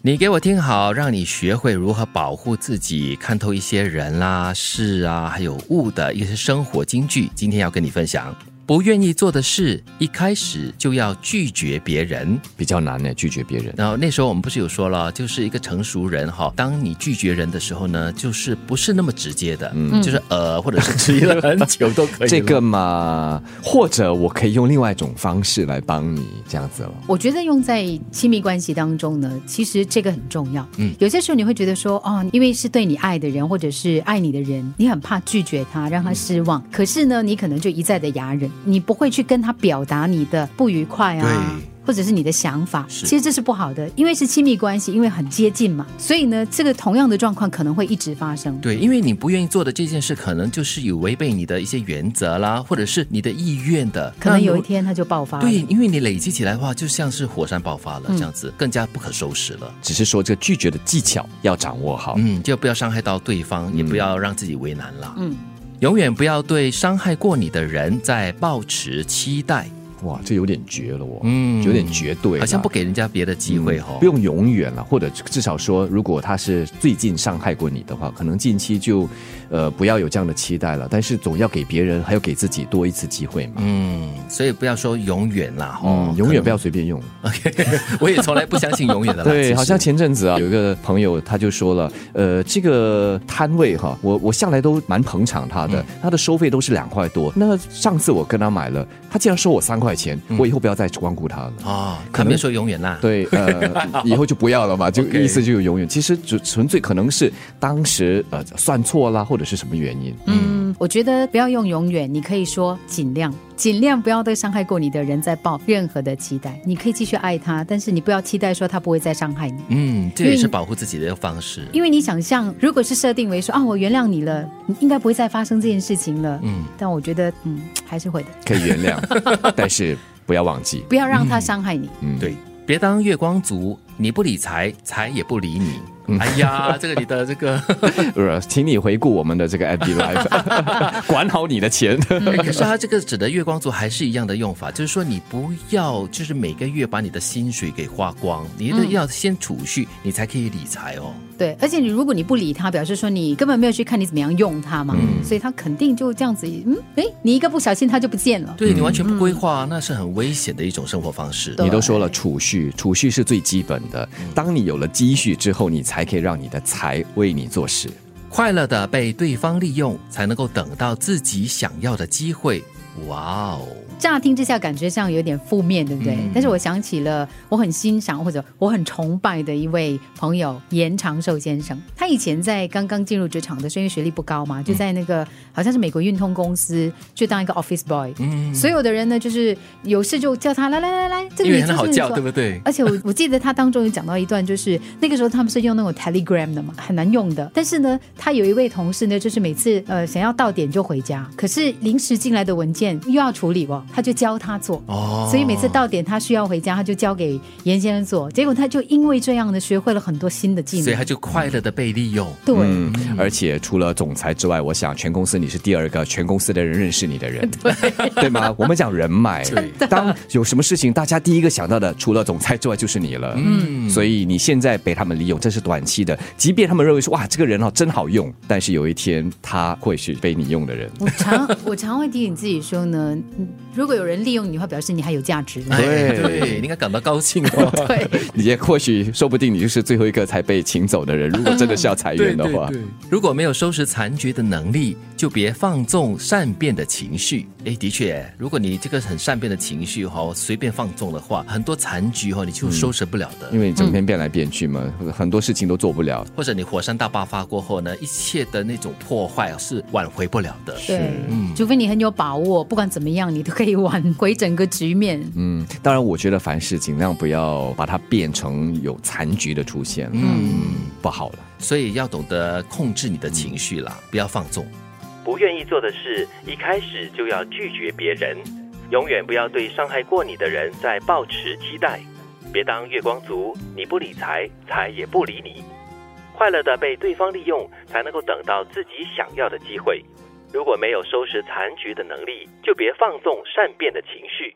你给我听好，让你学会如何保护自己，看透一些人啦、事啊，还有物的一些生活金句。今天要跟你分享，不愿意做的事，一开始就要拒绝别人。比较难呢，拒绝别人。然后那时候我们不是有说了，就是一个成熟人哈，当你拒绝人的时候呢，就是不是那么直接的，就是呃，或者是迟疑了很久都可以了。嗯 这个嘛，或者我可以用另外一种方式来帮你，这样子了。我觉得用在亲密关系当中呢，其实这个很重要。嗯，有些时候你会觉得说，哦，因为是对你爱的人或者是爱你的人，你很怕拒绝他，让他失嗯望。可是呢，你可能就一再的哑忍，你不会去跟他表达你的不愉快啊对。或者是你的想法，是其实这是不好的，因为是亲密关系，因为很接近嘛，所以呢，这个同样的状况可能会一直发生。对，因为你不愿意做的这件事，可能就是有违背你的一些原则啦，或者是你的意愿的。可能那如有一天他就爆发了。嗯对，因为你累积起来的话，就像是火山爆发了这样子，更加不可收拾了。只是说这个拒绝的技巧要掌握好。嗯，就不要伤害到对方，也不要让自己为难了。嗯，永远不要对伤害过你的人再抱持期待。哇，这有点绝了哦，嗯有点绝对了，好像不给人家别的机会哦。不用永远了，或者至少说，如果他是最近伤害过你的话，可能近期就，呃，不要有这样的期待了。但是总要给别人还有给自己多一次机会嘛。嗯，所以不要说永远 啦，哦嗯，，永远不要随便用。可能。我也从来不相信永远的啦。其对，实好像前阵子啊，有一个朋友他就说了，呃，这个摊位哈，我我向来都蛮捧场他的，他的收费都是两块多。那上次我跟他买了，他竟然收我三块钱，我以后不要再光顾他了。哦，可别说永远啦。嗯对， 呃，以后就不要了嘛，就 OK 意思就有永远。其实只纯粹可能是当时呃算错啦，或者是什么原因。嗯，我觉得不要用永远，你可以说尽量，尽量不要对伤害过你的人再抱任何的期待。你可以继续爱他，但是你不要期待说他不会再伤害你，嗯，这也是保护自己的一个方式。因为你想象，如果是设定为说啊，我原谅你了，你应该不会再发生这件事情了。嗯，但我觉得，嗯，还是会的，可以原 谅，但是不要忘记。嗯不要让他伤害你。对，别当月光族，你不理财，财也不理你。嗯哎呀，这个你的这个，呃，请你回顾我们的这个 Happy Life，管 好你的钱。可是他这个指的月光族还是一样的用法，就是说你不要就是每个月把你的薪水给花光，你的要先储蓄，你才可以理财哦。对，而且你如果你不理他，表示说你根本没有去看你怎么样用他嘛，所以他肯定就这样子，嗯，哎，你一个不小心他就不见了。对你嗯完全不规划，那是很危险的一种生活方式。对你都说了，储蓄，储蓄是最基本的。当你有了积蓄之后，你才可以让你的财为你做事。快乐的被对方利用，才能够等到自己想要的机会。哇哦！乍听之下感觉上有点负面，对不对？嗯但是我想起了我很欣赏或者我很崇拜的一位朋友严长寿先生，他以前在刚刚进入职场的时候，因为学历不高嗯嘛，就在那个、好像是美国运通公司去当一个 office boy，、所有的人呢就是有事就叫他来来来来，这嗯个因为你很做好这个你叫，做对不对？而且我 我记得他当中有讲到一段，就是那个时候他们是用那种 Telegram 的嘛，很难用的。但是呢，他有一位同事呢，就是每次呃想要到点就回家，可是临时进来的文件又要处理哦，他就教他做。哦所以每次到点他需要回家，他就交给严先生做。结果他就因为这样呢，学会了很多新的技所以他能。就快乐的被利用。对，嗯，而且除了总裁之外，我想全公司你是第二个全公司的人认识你的人， 对吗？我们讲人 脉，当有什么事情，大家第一个想到的除了总裁之外就是你了。嗯，所以你现在被他们利用，这是短期的。即便他们认为说哇这个人哦真好用，但是有一天他会是被你用的人。我常我常会提醒自己说呢，嗯如果有人利用你的话，表示你还有 价值。哎对对，你应该感到高兴哦。对。 你也或许说不定你就是最后一个才被请走的人。如果真的是要裁员的 话，如果没有收拾残局的能力，就别放纵善变的情绪。诶，的确，如果你这个很善变的情绪哈、随便放纵的话，很多残局哈、你就收拾不了的。因为你整天变来变去嘛，很多事情都做不了。或者你火山大爆发过后呢，一切的那种破坏是挽回不了的。对，嗯除非你很有把握，不管怎么样，你都可以挽回整个局面。嗯，当然，我觉得凡事尽量不要把它变成有残局的出现，嗯，不好了。所以要懂得控制你的情绪啦，不要放纵。不愿意做的事，一开始就要拒绝别人，永远不要对伤害过你的人再抱持期待，别当月光族，你不理财，财也不理你。快乐的被对方利用，才能够等到自己想要的机会。如果没有收拾残局的能力，就别放纵善变的情绪。